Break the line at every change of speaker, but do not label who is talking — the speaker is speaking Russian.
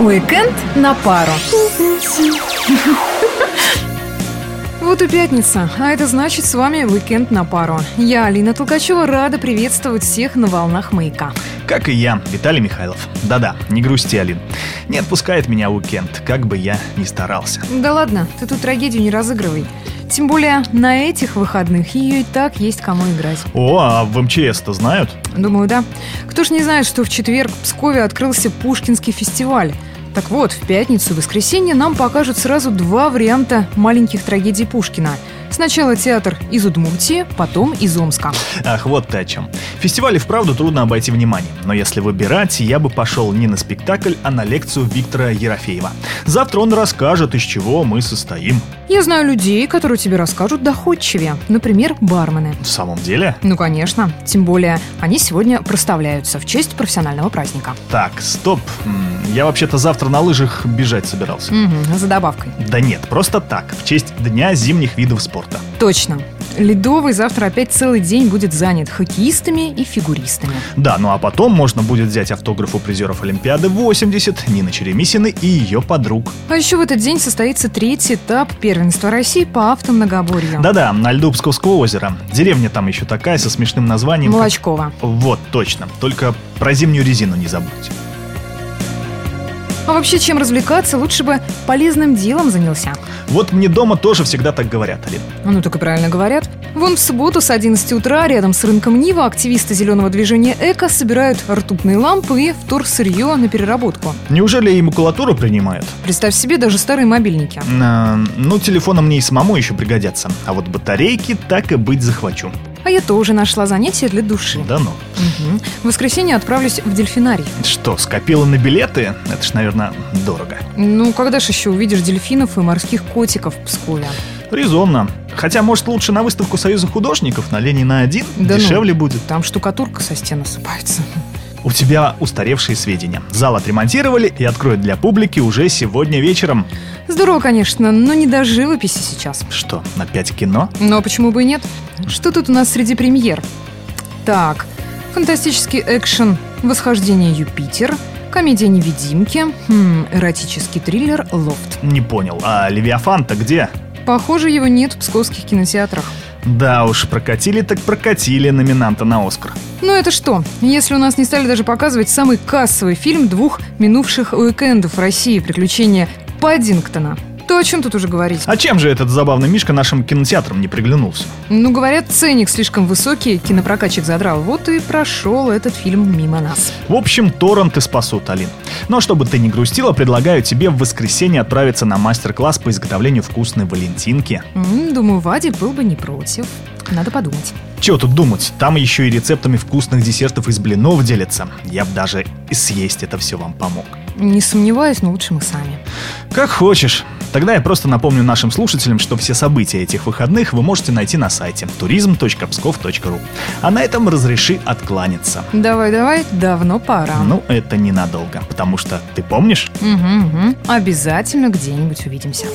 Уикенд на пару. Вот и пятница, а это значит с вами «Уикенд на пару». Я, Алина Толкачева, рада приветствовать всех на волнах «Маяка».
Как и я, Виталий Михайлов. Да-да, не грусти, Алин. Не отпускает меня уикенд, как бы я ни старался.
Да ладно, ты тут трагедию не разыгрывай. Тем более на этих выходных ее и так есть кому играть.
О, а в МЧС-то знают?
Думаю, да. Кто ж не знает, что в четверг в Пскове открылся Пушкинский фестиваль. Так вот, в пятницу и воскресенье нам покажут сразу два варианта маленьких трагедий Пушкина. Сначала театр из Удмуртии, потом из Омска.
Ах, вот ты о чем. Фестиваль и вправду трудно обойти вниманием. Но если выбирать, я бы пошел не на спектакль, а на лекцию Виктора Ерофеева. Завтра он расскажет, из чего мы состоим.
Я знаю людей, которые тебе расскажут доходчивее. Например, бармены.
В самом деле?
Ну, конечно. Тем более, они сегодня проставляются в честь профессионального праздника.
Так, стоп. М, Я вообще-то завтра на лыжах бежать собирался.
Мгм, а за добавкой.
Да нет, просто так, в честь Дня зимних видов спорта.
Точно. Ледовый завтра опять целый день будет занят хоккеистами и фигуристами.
Да, ну а потом можно будет взять автограф у призеров Олимпиады 80 Нины Черемисины и ее подруг.
А еще в этот день состоится третий этап первенства России по автомногоборью.
Да-да, на льду Псковского озера. Деревня там еще такая, со смешным названием. как-
Молочкова.
Вот, точно. Только про зимнюю резину не забудьте.
А вообще, чем развлекаться, лучше бы полезным делом занялся.
Вот мне дома тоже всегда так говорят, Алин.
Ну, так и правильно говорят. Вон в субботу с 11 утра рядом с рынком Нива активисты зеленого движения «Эко» собирают ртутные лампы и вторсырье на переработку.
Неужели и макулатуру принимают?
Представь себе даже старые мобильники.
Э, ну, телефоны мне и самому еще пригодятся. А вот батарейки так и быть захвачу.
А я тоже нашла занятие для души.
Да ну.
Мгм. В воскресенье отправлюсь в дельфинарий.
Что, скопила на билеты? Это ж, наверное, дорого.
Ну, когда ж еще увидишь дельфинов и морских котиков в Пскове?
Резонно. Хотя, может, лучше на выставку Союза художников на Ленина 1?
Да ну.
Дешевле будет.
Там штукатурка со стен осыпается.
У тебя устаревшие сведения. Зал отремонтировали и откроют для публики уже сегодня вечером.
Здорово, конечно, но не до живописи сейчас.
Что, опять кино?
Но почему бы и нет? Что тут у нас среди премьер? Так, фантастический экшен «Восхождение Юпитер», комедия «Невидимки», хм, эротический триллер «Лофт».
Не понял. А Левиафан-то где?
Похоже, его нет в псковских кинотеатрах.
Да уж, прокатили так прокатили номинанта на Оскар.
Но Ну, это что, если у нас не стали даже показывать самый кассовый фильм двух минувших уикендов в России «Приключения Паддингтона», то о чем тут уже говорить?
А чем же этот забавный мишка нашим кинотеатрам не приглянулся?
Ну, говорят, ценник слишком высокий, кинопрокатчик задрал. Вот и прошел этот фильм мимо нас.
В общем, торренты спасут, Алин. Но чтобы ты не грустила, предлагаю тебе в воскресенье отправиться на мастер-класс по изготовлению вкусной валентинки.
М, Думаю, Вадик был бы не против. Надо подумать.
Чего тут думать, там еще и рецептами вкусных десертов из блинов делятся. Я бы даже и съесть это все вам помог.
Не сомневаюсь, но лучше мы сами.
Как хочешь. Тогда я просто напомню нашим слушателям, что все события этих выходных вы можете найти на сайте turism.pskov.ru. А на этом разреши откланяться.
Давай-давай, давно пора.
Ну, это ненадолго, потому что, ты помнишь?
Мгм, мгм. Обязательно где-нибудь увидимся.